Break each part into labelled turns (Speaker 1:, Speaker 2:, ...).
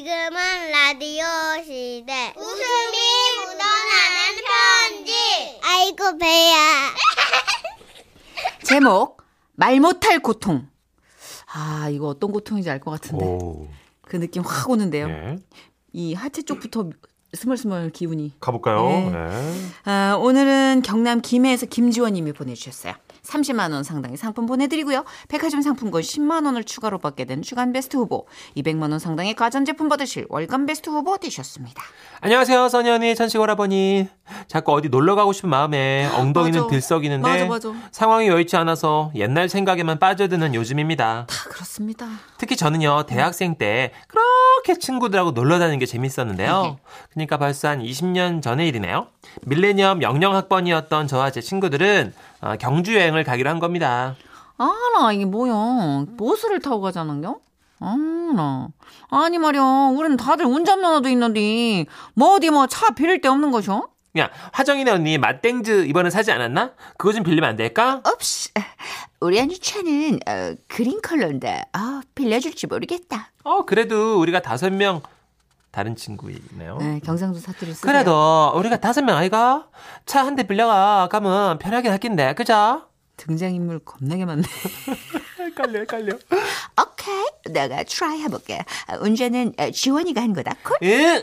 Speaker 1: 지금은 라디오 시대. 웃음이 묻어나는 편지. 아이고, 배야.
Speaker 2: 제목 말 못할 고통. 아 이거 어떤 고통인지 알 것 같은데
Speaker 3: 오.
Speaker 2: 그 느낌 확
Speaker 4: 네.
Speaker 2: 오는데요.
Speaker 3: 예.
Speaker 2: 이 하체 쪽부터 스멀스멀 기운이.
Speaker 3: 가볼까요?
Speaker 2: 네.
Speaker 3: 네.
Speaker 2: 아, 오늘은 경남 김해에서 김지원님이 보내주셨어요. 30만 원 상당의 상품 보내드리고요. 백화점 상품권 10만 원을 추가로 받게 된 주간 베스트 후보, 200만 원 상당의 가전제품 받으실 월간 베스트 후보 되셨습니다.
Speaker 3: 안녕하세요, 써니 언니, 천식 오라버니. 자꾸 어디 놀러 가고 싶은 마음에 엉덩이는
Speaker 2: 맞아.
Speaker 3: 들썩이는데
Speaker 2: 맞아, 맞아.
Speaker 3: 상황이 여의치 않아서 옛날 생각에만 빠져드는 요즘입니다.
Speaker 2: 다 그렇습니다.
Speaker 3: 특히 저는요 대학생 때 그렇게 친구들하고 놀러 다니는 게
Speaker 2: 네.
Speaker 3: 재밌었는데요. 그러니까 벌써 한 20년 전의 일이네요. 밀레니엄 영영 학번이었던 저와 제 친구들은 어, 경주 여행을 가기로 한 겁니다.
Speaker 2: 아나 이게 뭐야? 버스를 타고 가자는겨? 아나 아니 말이야. 우리는 다들 운전면허도 있는데 뭐 어디 뭐 차 빌릴 데 없는 것이오?
Speaker 3: 야 화정이네 언니 맛땡즈 이번에 사지 않았나? 그거 좀 빌리면 안 될까?
Speaker 2: 없이 우리 아니 차는 어, 그린 컬러인데 아 빌려줄지 모르겠다.
Speaker 3: 어 그래도 우리가 다섯 명 다른 친구이네요.
Speaker 2: 네, 경상도 사투리 쓰세요.
Speaker 3: 어? 그래도 우리가 다섯 명 아이가 차 한 대 빌려가 가면 편하긴 할 텐데 그죠?
Speaker 2: 등장인물 겁나게 많네.
Speaker 3: 헷갈려 헷갈려.
Speaker 2: 오케이, 내가 트라이 해볼게. 아, 운전은 어, 지원이가 한 거다. 콜.
Speaker 3: 응!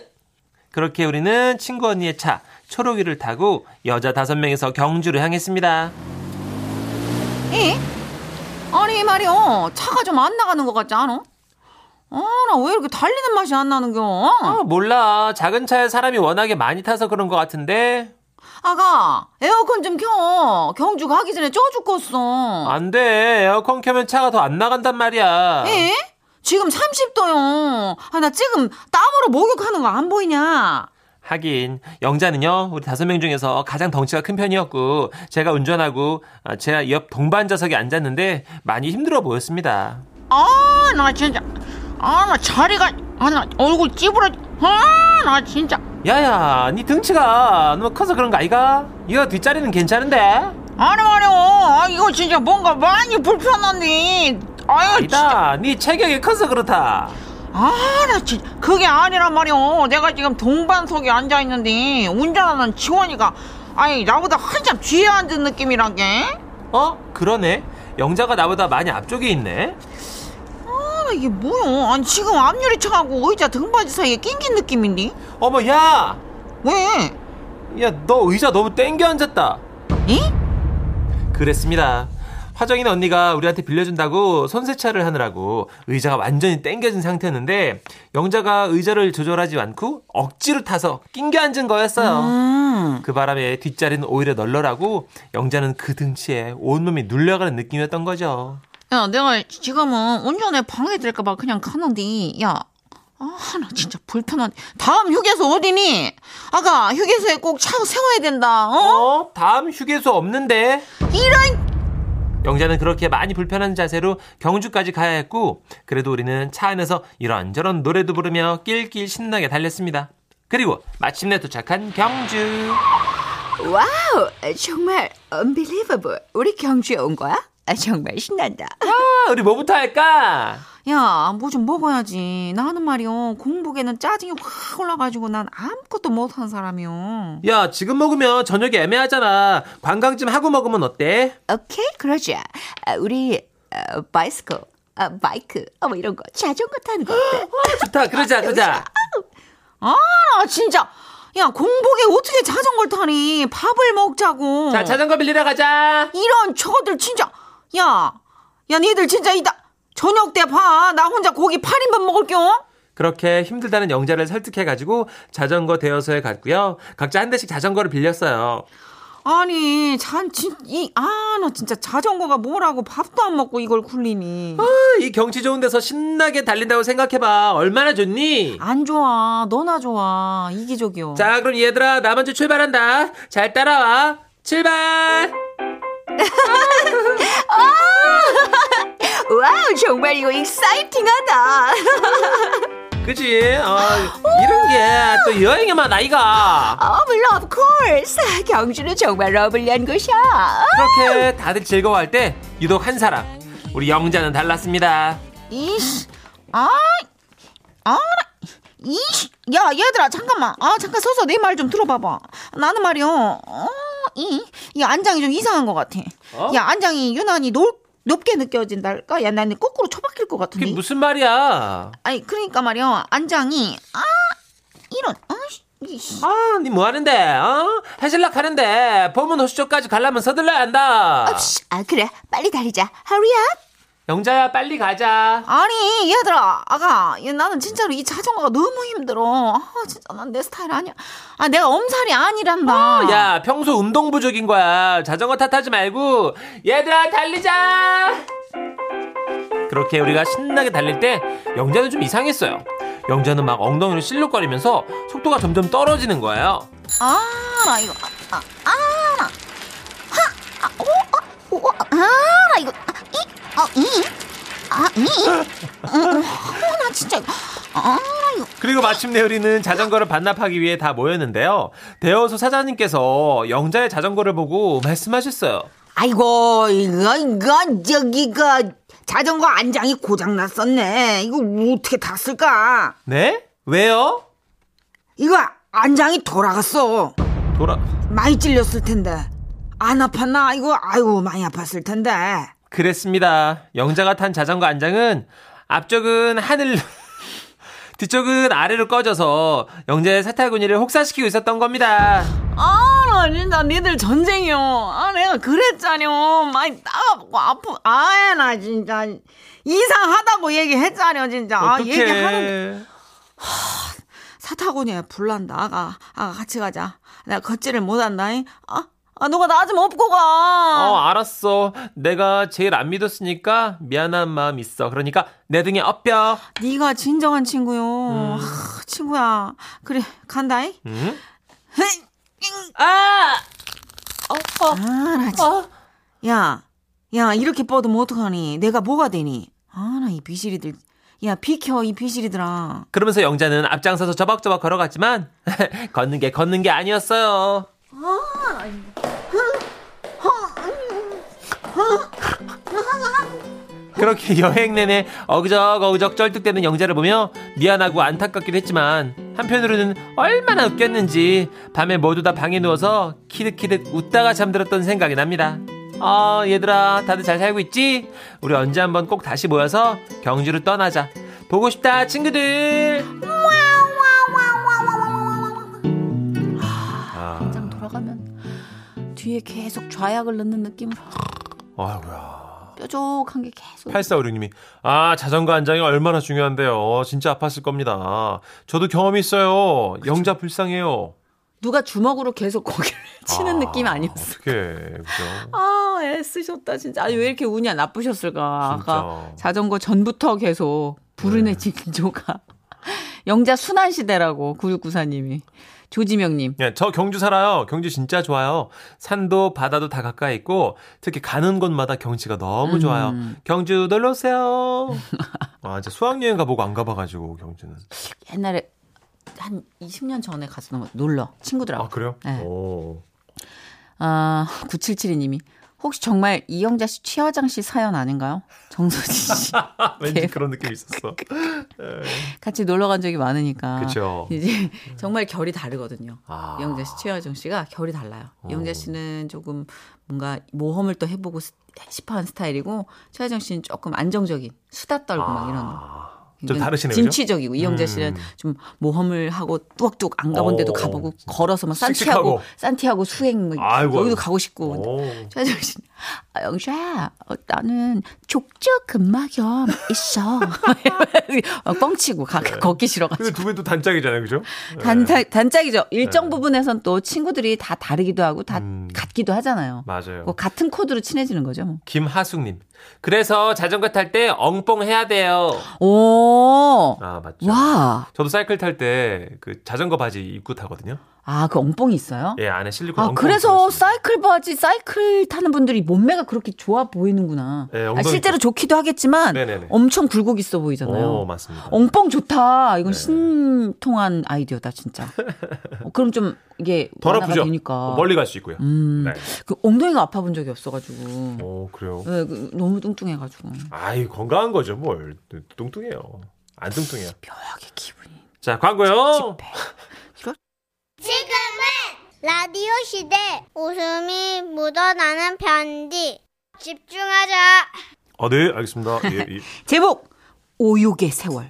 Speaker 3: 그렇게 우리는 친구 언니의 차 초록이를 타고 여자 다섯 명에서 경주를 향했습니다.
Speaker 2: 이? 아니 말이야, 차가 좀 안 나가는 것 같지 않아? 아나 왜 이렇게 달리는 맛이 안 나는겨? 어?
Speaker 3: 아, 몰라. 작은 차에 사람이 워낙에 많이 타서 그런 것 같은데.
Speaker 2: 아가 에어컨 좀 켜. 경주 가기 전에 쪄 죽겠어.
Speaker 3: 안 돼. 에어컨 켜면 차가 더 안 나간단 말이야.
Speaker 5: 예?
Speaker 2: 에? 지금 30도요. 아 나 지금 땀으로 목욕하는 거 안 보이냐?
Speaker 3: 하긴, 영자는요, 우리 다섯 명 중에서 가장 덩치가 큰 편이었고, 제가 운전하고, 아, 제 옆 동반 좌석에 앉았는데, 많이 힘들어 보였습니다.
Speaker 5: 아, 나 진짜. 아, 나 자리가. 아, 나 얼굴 찌부러. 아, 나 진짜.
Speaker 3: 야야, 니 등치가 너무 커서 그런 거 아이가? 이거 뒷자리는 괜찮은데?
Speaker 5: 아니, 말이야. 아, 이거 진짜 뭔가 많이 불편한데. 아유, 진짜.
Speaker 3: 아니다, 니 체격이 커서 그렇다.
Speaker 5: 아, 나 진짜. 그게 아니란 말이야. 내가 지금 동반석에 앉아있는데, 운전하는 지원이가, 아니, 나보다 한참 뒤에 앉은 느낌이란 게.
Speaker 3: 어? 그러네. 영자가 나보다 많이 앞쪽에 있네.
Speaker 5: 아, 이게 뭐야. 아니, 지금 앞유리 차하고 의자 등받이 사이에 낑긴 느낌인데?
Speaker 3: 어머, 야!
Speaker 5: 왜?
Speaker 3: 야, 너 의자 너무 땡겨 앉았다.
Speaker 5: 이?
Speaker 3: 그랬습니다. 화정이는 언니가 우리한테 빌려준다고 손세차를 하느라고 의자가 완전히 땡겨진 상태였는데 영자가 의자를 조절하지 않고 억지로 타서 낑겨 앉은 거였어요.
Speaker 5: 음.
Speaker 3: 그 바람에 뒷자리는 오히려 널널하고 영자는 그 등치에 온몸이 눌려가는 느낌이었던 거죠.
Speaker 5: 야, 내가 지금은 운전에 방해될까봐 그냥 가는데, 야, 아, 나 진짜 불편한. 다음 휴게소 어디니? 아가, 휴게소에 꼭 차 세워야 된다, 어?
Speaker 3: 어? 다음 휴게소 없는데?
Speaker 5: 이런!
Speaker 3: 영자는 그렇게 많이 불편한 자세로 경주까지 가야 했고 그래도 우리는 차 안에서 이런저런 노래도 부르며 낄낄 신나게 달렸습니다. 그리고 마침내 도착한 경주.
Speaker 2: 와우, 아, 정말 unbelievable. 우리 경주에 온 거야? 아, 정말 신난다.
Speaker 3: 아, 우리 뭐부터 할까?
Speaker 2: 야, 뭐 좀 먹어야지. 나는 말이요. 공복에는 짜증이 확 올라가지고 난 아무것도 못한 사람이요.
Speaker 3: 야, 지금 먹으면 저녁이 애매하잖아. 관광 좀 하고 먹으면 어때?
Speaker 2: 오케이, 그러자. 아, 우리 어, 바이스코, 아, 마이크, 어, 뭐 이런 거, 자전거 타는 거 어때?
Speaker 3: 아, 좋다. 그러자, 그러자.
Speaker 2: 아, 나 진짜. 야, 공복에 어떻게 자전거를 타니? 밥을 먹자고.
Speaker 3: 자, 자전거 빌리러 가자.
Speaker 2: 이런 저들 진짜. 야, 야, 니들 진짜 이다. 저녁 때 봐. 나 혼자 고기 8인분 먹을게요.
Speaker 3: 그렇게 힘들다는 영자를 설득해가지고 자전거 대여소에 갔고요. 각자 한 대씩 자전거를 빌렸어요.
Speaker 2: 아니, 잔, 진, 이, 아, 나 진짜 자전거가 뭐라고 밥도 안 먹고 이걸 굴리니.
Speaker 3: 아, 이 경치 좋은 데서 신나게 달린다고 생각해봐. 얼마나 좋니?
Speaker 2: 안 좋아. 너나 좋아. 이기적이요.
Speaker 3: 자, 그럼 얘들아, 나 먼저 출발한다. 잘 따라와. 출발!
Speaker 2: 와우, 정말 이거 익사이팅하다.
Speaker 3: 그지? 아, 이런 게 또 여행의 맛 아이가.
Speaker 2: 어, 물론, of course. 아, 경주는 정말 러블리한 곳이야.
Speaker 3: 그렇게 다들 즐거워할 때 유독 한 사람 우리 영자는 달랐습니다.
Speaker 5: 이씨, 아, 아, 나-
Speaker 2: 이, 야, 얘들아, 잠깐만. 아, 잠깐 서서 내 말 좀 들어봐봐. 나는 말이요. 어, 이, 이 안장이 좀 이상한 것 같아.
Speaker 3: 어?
Speaker 2: 야, 안장이 유난히 높, 높게 느껴진달까? 야, 나는 거꾸로 처박힐 것 같은데.
Speaker 3: 그게 무슨 말이야?
Speaker 2: 아니, 그러니까 말이요. 안장이, 아, 이런, 아, 이씨.
Speaker 3: 아, 니 뭐 하는데? 어? 해질락 하는데 범은 호수쪽까지 가려면 서둘러야 한다.
Speaker 2: 아, 그래. 빨리 달리자. Hurry up.
Speaker 3: 영자야, 빨리 가자.
Speaker 2: 아니 얘들아 아가 얘, 나는 진짜로 이 자전거가 너무 힘들어 아 진짜 난 내 스타일 아니야 아 내가 엄살이 아니란다
Speaker 3: 어, 야, 평소 운동 부족인 거야. 자전거 탓하지 말고 얘들아 달리자. 그렇게 우리가 신나게 달릴 때 영자는 좀 이상했어요. 영자는 막 엉덩이를 실룩거리면서 속도가 점점 떨어지는 거예요.
Speaker 2: 아나 이거 아, 아, 아나 하아오오 아나 이거 이어이아이어나 진짜 이거 아
Speaker 3: 그리고 마침내 우리는 자전거를 반납하기 위해 다 모였는데요. 대여소 사장님께서 영자의 자전거를 보고 말씀하셨어요.
Speaker 2: 아이고 이거 이거 저기가 그 자전거 안장이 고장 났었네 이거 어떻게 탔을까
Speaker 3: 네? 왜요?
Speaker 2: 이거 안장이 돌아갔어.
Speaker 3: 돌아
Speaker 2: 많이 찔렸을 텐데 안 아팠나 이거 아이고 많이 아팠을 텐데
Speaker 3: 그랬습니다. 영자가 탄 자전거 안장은 앞쪽은 하늘 뒤쪽은 아래로 꺼져서 영자의 사타구니를 혹사시키고 있었던 겁니다.
Speaker 2: 아나 진짜 니들 전쟁이요 아 내가 그랬잖여 많이 따갑고 아프 아예 나 진짜 이상하다고 얘기했잖여 진짜 아 얘기하는
Speaker 3: 어떡해.
Speaker 2: 사타구니에 불난다 아가 아가 같이 가자 내가 걷지를 못한다잉 아, 아 누가 나 좀 업고 가
Speaker 3: 어, 알았어. 내가 제일 안 믿었으니까 미안한 마음 있어. 그러니까 내 등에 업혀.
Speaker 2: 네가 진정한 친구요
Speaker 3: 음.
Speaker 2: 아, 친구야 그래 간다잉
Speaker 3: 응?
Speaker 2: 헤이!
Speaker 3: 아! 어, 어,
Speaker 2: 아나 진짜
Speaker 3: 어.
Speaker 2: 야, 야, 이렇게 뻗으면 어떡하니? 내가 뭐가 되니? 아, 나 이 비실이들. 야, 비켜, 이 비실이들아.
Speaker 3: 그러면서 영자는 앞장서서 저벅저벅 걸어갔지만 걷는 게 걷는 게 아니었어요. 그렇게 여행 내내 어그적 어그적 쩔뚝대는 영자를 보며 미안하고 안타깝기도 했지만 한편으로는 얼마나 웃겼는지 밤에 모두 다 방에 누워서 키득키득 웃다가 잠들었던 생각이 납니다. 아 얘들아 다들 잘 살고 있지? 우리 언제 한번 꼭 다시 모여서 경주로 떠나자. 보고 싶다 친구들.
Speaker 4: 당장 돌아가면 뒤에 계속 좌약을 넣는 느낌으로
Speaker 3: 아이고야.
Speaker 4: 뾰족한 게 계속
Speaker 3: 8456님이 아 자전거 안장이 얼마나 중요한데요. 어, 진짜 아팠을 겁니다. 저도 경험이 있어요. 영자 불쌍해요.
Speaker 4: 누가 주먹으로 계속 거기를 치는 느낌 아니었어?
Speaker 3: 어떻게 그죠?
Speaker 4: 아 애쓰셨다 진짜 아니 왜 이렇게 운이 나쁘셨을까 아까
Speaker 3: 진짜.
Speaker 4: 자전거 전부터 계속 불운의 징조가 영자 순환 시대라고 9694님이 조지명님
Speaker 3: 예, 저 경주 살아요. 경주 진짜 좋아요. 산도 바다도 다 가까이 있고 특히 가는 곳마다 경치가
Speaker 4: 음.
Speaker 3: 너무 좋아요. 경주 놀러 오세요. 아, 이제 수학 여행 가보고 안 가봐가지고 경주는.
Speaker 4: 옛날에 한 20년 전에 가서 넘어- 놀러 친구들하고
Speaker 3: 아 그래요?
Speaker 4: 네.
Speaker 3: 오.
Speaker 4: 아, 9772님이 혹시 정말 이영자 씨 최화장 씨 사연 아닌가요? 정소진 씨
Speaker 3: 왠지
Speaker 4: 대박.
Speaker 3: 그런 느낌 이 있었어.
Speaker 4: 같이 놀러 간 적이 많으니까.
Speaker 3: 그쵸.
Speaker 4: 이제 정말 결이 다르거든요.
Speaker 3: 아.
Speaker 4: 아, 이영자 씨, 최화정 씨가 결이 달라요.
Speaker 3: 어.
Speaker 4: 이영자 씨는 조금 뭔가 모험을 또 해보고 스- 싶어하는 스타일이고 최화정 씨는 조금 안정적인 수다 떨고 막 이런.
Speaker 3: 아, 좀 다르시네요. 그죠?
Speaker 4: 진취적이고 이영자 씨는
Speaker 3: 음.
Speaker 4: 좀 모험을 하고 뚜벅뚜벅 안 가본 데도
Speaker 3: 어,
Speaker 4: 가보고
Speaker 3: 진짜.
Speaker 4: 걸어서 막
Speaker 3: 씩씩하고.
Speaker 4: 산티아고 산티아고 수행 뭐
Speaker 3: 아이고, 아이고. 어.
Speaker 4: 여기도 가고 싶고
Speaker 3: 오.
Speaker 4: 최정 씨, 아, 영주야, 어, 나는 족저 근막염 있어. 막 뻥치고 가,
Speaker 3: 네.
Speaker 4: 걷기 싫어가지고.
Speaker 3: 근데 두 분도 단짝이잖아요, 그죠?
Speaker 6: 네.
Speaker 4: 단짝, 단짝이죠. 일정 부분에선 또 친구들이 다 다르기도 하고 다
Speaker 3: 음. 네.
Speaker 4: 같기도 하잖아요.
Speaker 3: 맞아요.
Speaker 4: 뭐 같은 코드로 친해지는 거죠. 뭐.
Speaker 3: 김하숙님. 그래서 자전거 탈 때 엉뽕 해야 돼요.
Speaker 4: 오,
Speaker 3: 아 맞죠.
Speaker 4: 와,
Speaker 3: 저도 사이클 탈 때 그 자전거 바지 입고 타거든요.
Speaker 4: 아, 그 엉뽕이 있어요?
Speaker 3: 예 안에 실리콘.
Speaker 4: 아,
Speaker 3: 엉뽕
Speaker 4: 그래서
Speaker 3: 들어있어요.
Speaker 4: 사이클 바지, 사이클 타는 분들이 몸매가 그렇게 좋아 보이는구나.
Speaker 3: 네,
Speaker 4: 아,
Speaker 3: 엉덩이
Speaker 4: 실제로 좋기도 하겠지만
Speaker 3: 네네네.
Speaker 4: 엄청 굴곡 있어 보이잖아요. 어,
Speaker 3: 오 맞습니다.
Speaker 4: 엉뽕 좋다.
Speaker 3: 네.
Speaker 4: 이건 신통한 아이디어다 진짜. 어, 그럼 좀 이게
Speaker 3: 덜
Speaker 4: 완화가
Speaker 3: 아프죠. 어,
Speaker 4: 되니까.
Speaker 3: 멀리 갈 수 있고요.
Speaker 4: 음.
Speaker 3: 네.
Speaker 4: 그 엉덩이가 아파 본 적이 없어가지고.
Speaker 3: 오 그래요.
Speaker 4: 네, 그 너무 뚱뚱해가지고.
Speaker 3: 아이 건강한 거죠 뭘 뚱뚱해요. 안 뚱뚱해요.
Speaker 4: 묘하게 기분이
Speaker 6: 자, 광고요.
Speaker 1: 지금은 라디오 시대 웃음이 묻어나는 편지 집중하자
Speaker 6: 아, 네, 알겠습니다. 예, 예.
Speaker 4: 제목 오욕의 세월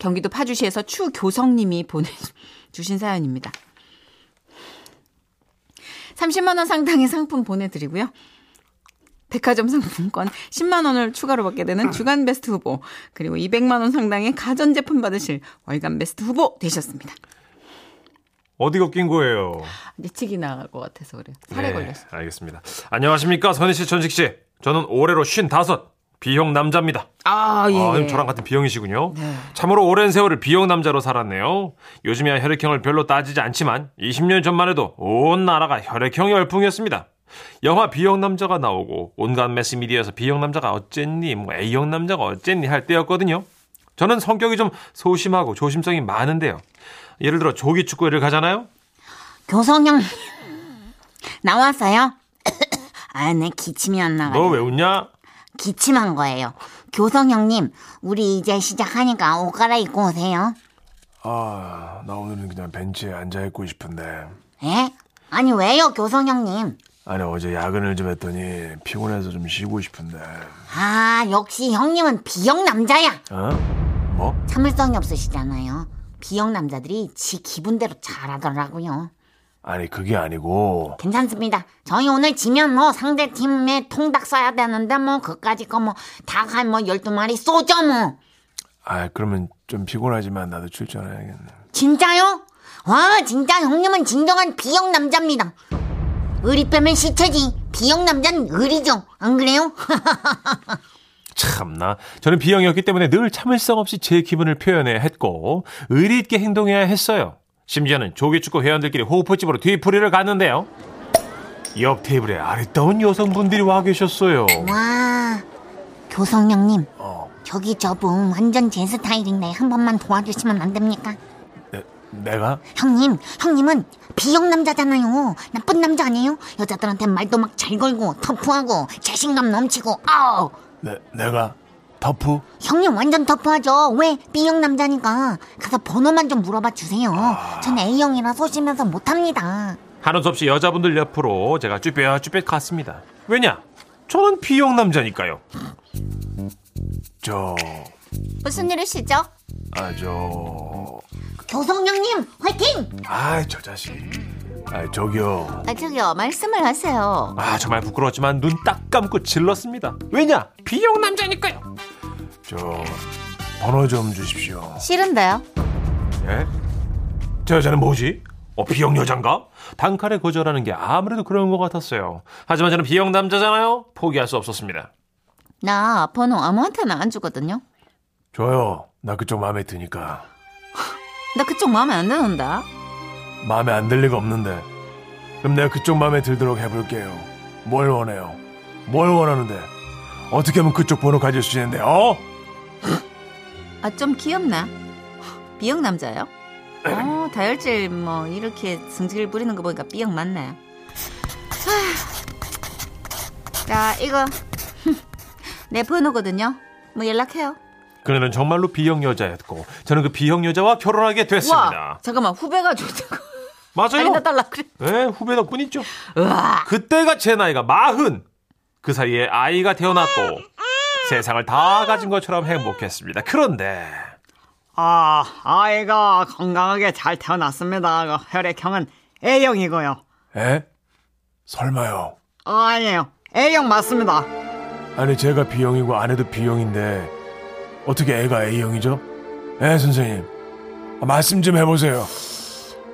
Speaker 4: 경기도 파주시에서 추교성님이 보내주신 사연입니다. 30만 원 상당의 상품 보내드리고요. 백화점 상품권 10만 원을 추가로 받게 되는 주간 베스트 후보 그리고 200만 원 상당의 가전 제품 받으실 월간 베스트 후보 되셨습니다.
Speaker 6: 어디가 웃긴 거예요?
Speaker 4: 예측이 나갈 것 같아서 그래요. 살에
Speaker 6: 네,
Speaker 4: 걸렸어.
Speaker 6: 알겠습니다. 안녕하십니까, 선희 씨, 전식 씨. 저는 올해로 55 비형 남자입니다.
Speaker 4: 아
Speaker 6: 아,
Speaker 4: 예. 네.
Speaker 6: 그럼 저랑 같은 비형이시군요. 참으로 오랜 세월을 비형 남자로 살았네요. 요즘이야 혈액형을 별로 따지지 않지만 20년 전만 해도 온 나라가 혈액형 열풍이었습니다. 영화 비형 남자가 나오고 온갖 매스미디어에서 비형 남자가 어쨌니 뭐 A형 남자가 어쨌니 할 때였거든요. 저는 성격이 좀 소심하고 조심성이 많은데요. 예를 들어 조기 축구회를 가잖아요.
Speaker 5: 교성형 나왔어요? 아, 내 기침이 안 나가요.
Speaker 6: 너
Speaker 4: 아, 예.
Speaker 6: 왜 웃냐?
Speaker 5: 기침한 거예요. 교성형님, 우리 이제 시작하니까 옷 갈아입고 오세요.
Speaker 6: 아, 나 오늘은 그냥 벤치에 앉아 있고 싶은데.
Speaker 5: 예? 아니 왜요, 교성형님?
Speaker 6: 아니, 어제 야근을 좀 했더니 피곤해서 좀 쉬고 싶은데.
Speaker 5: 아, 역시 형님은 비형 남자야.
Speaker 6: 어? 뭐?
Speaker 5: 참을성이 없으시잖아요. 비형 남자들이 지 기분대로 잘하더라고요.
Speaker 6: 아니, 그게 아니고.
Speaker 5: 괜찮습니다. 저희 오늘 지면 뭐 상대 팀에 통닭 써야 되는데 뭐 그까지 거뭐닭한뭐 12마리 쏘죠 뭐.
Speaker 6: 아, 그러면 좀 피곤하지만 나도 출전해야겠네.
Speaker 5: 진짜요? 와, 진짜 형님은 진정한 비형 남자입니다. 의리 빼면 시체지. 비형 남자는 의리죠. 안 그래요?
Speaker 6: 참나. 저는 B형이었기 때문에 늘 참을성 없이 제 기분을 표현해야 했고, 의리 있게 행동해야 했어요. 심지어는 조기축구 회원들끼리 호흡포집으로 뒤풀이를 갔는데요. 옆 테이블에 아리따운 여성분들이 와 계셨어요.
Speaker 5: 와, 아, 교성형님.
Speaker 6: 어,
Speaker 5: 저기 저분 완전 제 스타일인데 한 번만 도와주시면 안 됩니까?
Speaker 6: 내, 내가?
Speaker 5: 형님, 형님은 비형 남자잖아요. 나쁜 남자 아니에요? 여자들한테 말도 막 잘 걸고 터프하고 자신감 넘치고 아우.
Speaker 6: 내, 내가? 터프?
Speaker 5: 형님 완전 터프하죠. 왜 B형 남자니까 가서 번호만 좀 물어봐 주세요. 전 A형이라 소심해서 못합니다.
Speaker 6: 한옷 없이 여자분들 옆으로 제가 쭈뼛쭈뼛 갔습니다. 왜냐? 저는 B형 남자니까요. 저,
Speaker 5: 무슨 일이시죠?
Speaker 6: 아, 저,
Speaker 5: 교성형님 화이팅!
Speaker 6: 아, 저 자식. 아, 저기요.
Speaker 5: 아, 저기요 말씀을 하세요.
Speaker 6: 아 정말 부끄러웠지만 눈 딱 감고 질렀습니다. 왜냐? 비형 남자니까요. 저 번호 좀 주십시오.
Speaker 5: 싫은데요.
Speaker 6: 예? 저 여자는 뭐지? 어 비형 여잔가? 단칼에 거절하는 게 아무래도 그런 것 같았어요. 하지만 저는 비형 남자잖아요. 포기할 수 없었습니다.
Speaker 5: 나 번호 아무한테나 안 주거든요.
Speaker 7: 저요. 나 그쪽 마음에 드니까.
Speaker 4: 나 그쪽 마음에 안 드는다.
Speaker 7: 마음에 안 들 리가 없는데. 그럼 내가 그쪽 마음에 들도록 해볼게요. 뭘 원해요? 뭘 원하는데? 어떻게 하면 그쪽 번호 가질 수 있는데, 어?
Speaker 4: 아 좀 귀엽나? B형 남자요?
Speaker 6: 네.
Speaker 4: 어 다혈질 뭐 이렇게 승질 부리는 거 보니까 B형 맞나요? 자 이거 내 번호거든요. 뭐 연락해요.
Speaker 6: 그녀는 정말로 비형 여자였고 저는 그 비형 여자와 결혼하게 됐습니다.
Speaker 4: 잠깐만 후배가 좋다고
Speaker 6: 맞아요.
Speaker 4: 달이나 달라 그래.
Speaker 6: 예, 후배 덕분 있죠. 그때가 제 나이가 마흔. 그 사이에 아이가 태어났고 세상을 다 가진 것처럼 행복했습니다. 그런데
Speaker 2: 아, 아이가 건강하게 잘 태어났습니다. 그 혈액형은 A형이고요.
Speaker 7: 에? 설마요.
Speaker 2: 아, 아니에요. A형 맞습니다.
Speaker 7: 아니, 제가 B형이고 아내도 B형인데, 어떻게 애가 A형이죠? 에, 선생님. 아, 말씀 좀 해보세요.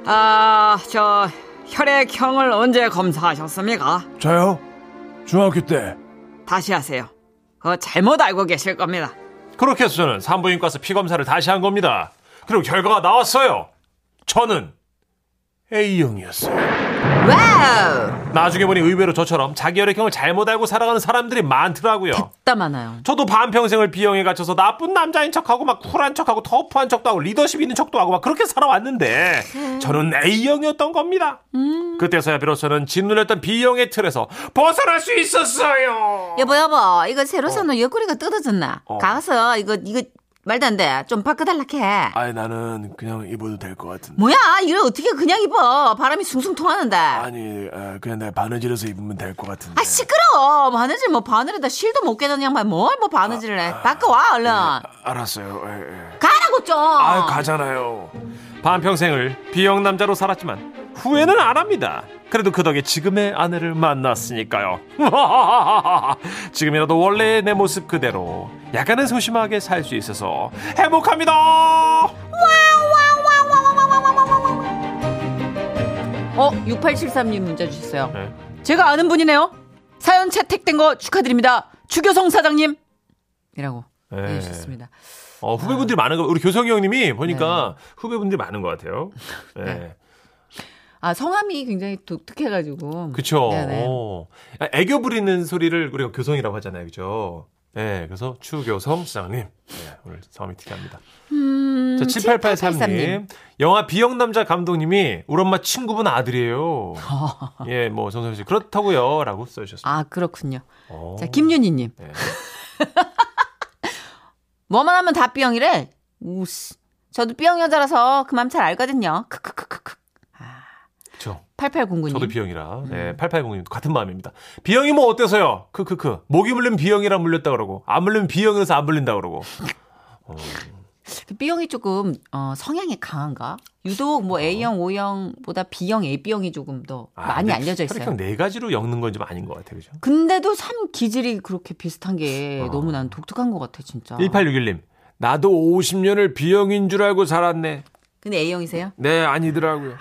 Speaker 2: 아, 저 혈액형을 언제 검사하셨습니까?
Speaker 7: 저요? 중학교 때.
Speaker 2: 다시 하세요. 그거 잘못 알고 계실 겁니다.
Speaker 6: 그렇게 해서 저는 산부인과에서 피검사를 다시 한 겁니다. 그리고 결과가 나왔어요. 저는
Speaker 7: A형이었어요.
Speaker 6: 나중에 보니 의외로 저처럼 자기 혈액형을 잘못 알고 살아가는 사람들이 많더라고요.
Speaker 8: 따 많아요.
Speaker 6: 저도 반평생을 비형에 갇혀서 나쁜 남자인 척하고 막 쿨한 척하고 터프한 척도 하고 리더십 있는 척도 하고 막 그렇게 살아왔는데 저는 A형이었던 겁니다.
Speaker 4: 음.
Speaker 6: 그때서야 비로소 저는 짓눌렸던 B형의 틀에서 벗어날 수 있었어요. 어.
Speaker 4: 여보 여보 이거 새로 사는 옆구리가 뜯어졌나? 가서 이거 이거 말도 안 돼. 좀 바꿔 달라해.
Speaker 7: 아니 나는 그냥 입어도 될 것 같은데.
Speaker 4: 뭐야? 아, 이걸 어떻게 그냥 입어? 바람이 숭숭 통하는데. 아,
Speaker 7: 아니 아, 그냥 내가 바느질해서 입으면 될 것 같은데.
Speaker 2: 아,
Speaker 4: 시끄러워. 바느질 뭐 바늘에다 실도 못 깨는 양말 뭘뭐 바느질을 해. 바꿔 와
Speaker 6: 네.
Speaker 4: 얼른.
Speaker 7: 아, 알았어요. 예, 예.
Speaker 4: 가라고 좀.
Speaker 7: 아 가잖아요.
Speaker 6: 반평생을 비형 남자로 살았지만 후회는 안 합니다. 그래도 그 덕에 지금의 아내를 만났으니까요. 지금이라도 원래의 내 모습 그대로 약간은 소심하게 살 수 있어서 행복합니다.
Speaker 4: 어, 6873님 문자 주셨어요.
Speaker 6: 네.
Speaker 4: 제가 아는 분이네요. 사연 채택된 거 축하드립니다. 주교성 사장님. 이라고
Speaker 6: 네.
Speaker 4: 해주셨습니다.
Speaker 6: 어,
Speaker 4: 아.
Speaker 6: 후배분들이 많은 거 우리 교성이 형님이 보니까
Speaker 4: 네.
Speaker 6: 후배분들이 많은 것 같아요. 네.
Speaker 4: 아, 성함이 굉장히 독특해가지고.
Speaker 6: 그쵸.
Speaker 4: 네네.
Speaker 6: 어. 아, 애교 부리는 소리를 우리가 교성이라고 하잖아요. 그죠? 네, 그래서 추교성 시장님. 네, 오늘 성함이 특이합니다.
Speaker 4: 음,
Speaker 6: 자, 7883님. 영화 비영남자 감독님이 우리 엄마 친구분 아들이에요. 예, 뭐, 정선 씨. 그렇다고요. 라고 써주셨습니다.
Speaker 4: 아, 그렇군요.
Speaker 6: 어.
Speaker 4: 자, 김윤희님.
Speaker 6: 네.
Speaker 4: 뭐만 하면 다 B형이래? 우씨. 저도 B형 여자라서 그 맘 잘 알거든요. 크크크크크.
Speaker 6: 그쵸.
Speaker 4: 8809님.
Speaker 6: 저도 비영이라.
Speaker 4: 음.
Speaker 6: 네, 8880님도 같은 마음입니다. 비영이 뭐 어때서요? 크크크. 목이 물리면 비영이라 물렸다 그러고, 안 물리면 비영이라서 안 물린다 그러고.
Speaker 4: B형이 조금 어, 성향이 강한가? 유독 뭐 A형, O형보다 B형, AB형이 조금 더
Speaker 6: 어. 아,
Speaker 4: 많이
Speaker 6: 근데
Speaker 4: 알려져 있어요.
Speaker 6: 혈액형 네 가지로 엮는 건 좀 아닌 것 같아요. 그죠?
Speaker 4: 근데도 삶 기질이 그렇게 비슷한 게
Speaker 6: 아.
Speaker 4: 너무 난 독특한 것 같아 진짜.
Speaker 6: 1861님. 나도 50년을 비형인 줄 알고 살았네.
Speaker 4: 근데 A형이세요?
Speaker 6: 네, 아니더라고요.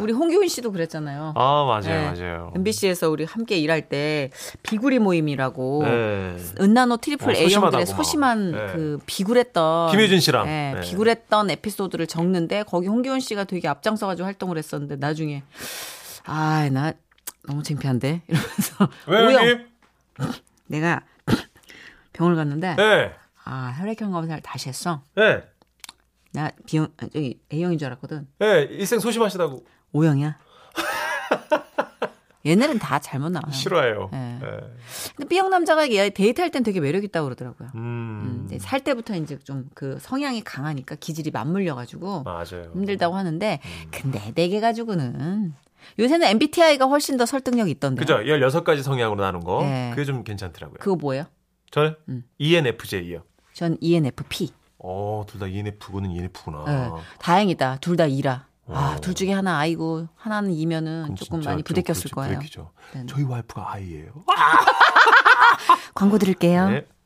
Speaker 4: 우리 홍기훈 씨도 그랬잖아요.
Speaker 6: 아, 맞아요,
Speaker 4: 네.
Speaker 6: 맞아요.
Speaker 4: MBC에서 우리 함께 일할 때 비구리 모임이라고
Speaker 6: 네.
Speaker 4: 은나노 트리플
Speaker 6: 어,
Speaker 4: A형들의
Speaker 6: 소심하다고 막.
Speaker 4: 소심한
Speaker 6: 네.
Speaker 4: 그 비굴했던
Speaker 6: 김효준 씨랑.
Speaker 4: 예,
Speaker 6: 네.
Speaker 4: 비굴했던 에피소드를 적는데 거기 홍기훈 씨가 되게 앞장서가지고 활동을 했었는데 나중에 아 나 너무 창피한데 이러면서
Speaker 6: 왜,
Speaker 4: 오형,
Speaker 6: 형님?
Speaker 4: 내가 병을 갔는데
Speaker 6: 네.
Speaker 4: 아 혈액형 검사를 다시 했어
Speaker 6: 네.
Speaker 4: 나 B형 아, 저기 A형인 줄 알았거든
Speaker 6: 네, 일생 소심하시다고.
Speaker 4: O형이야 얘네는 다 잘못 나와요
Speaker 6: 싫어해요.
Speaker 4: 네.
Speaker 6: 네.
Speaker 4: 근데 B형 남자가 얘 데이트할 땐 되게 매력 있다고 그러더라고요 음,
Speaker 6: 음.
Speaker 4: 근데 살 때부터 이제 좀 그 성향이 강하니까 기질이 맞물려가지고
Speaker 6: 맞아요. 음.
Speaker 4: 힘들다고 하는데 근데 내게 가지고는 요새는 MBTI가 훨씬 더 설득력이 있던데.
Speaker 6: 그죠? 16가지 성향으로 나눈 거.
Speaker 4: 네. 음.
Speaker 6: 그게 좀 괜찮더라고요. E
Speaker 4: 그거 뭐예요?
Speaker 6: 저는 ENFJ요.
Speaker 4: 전 E ENFP.
Speaker 6: 어, 둘 다 ENF고는 ENF구나.
Speaker 4: 예. 다행이다. 둘 다 이라. 아, 둘 중에 하나 아이고 하나는
Speaker 6: 음,
Speaker 4: 이면은 조금 많이 부대꼈을 거예요.
Speaker 6: 부대끼죠. 저희 와이프가 아이예요.
Speaker 4: 광고 드릴게요.
Speaker 6: 네.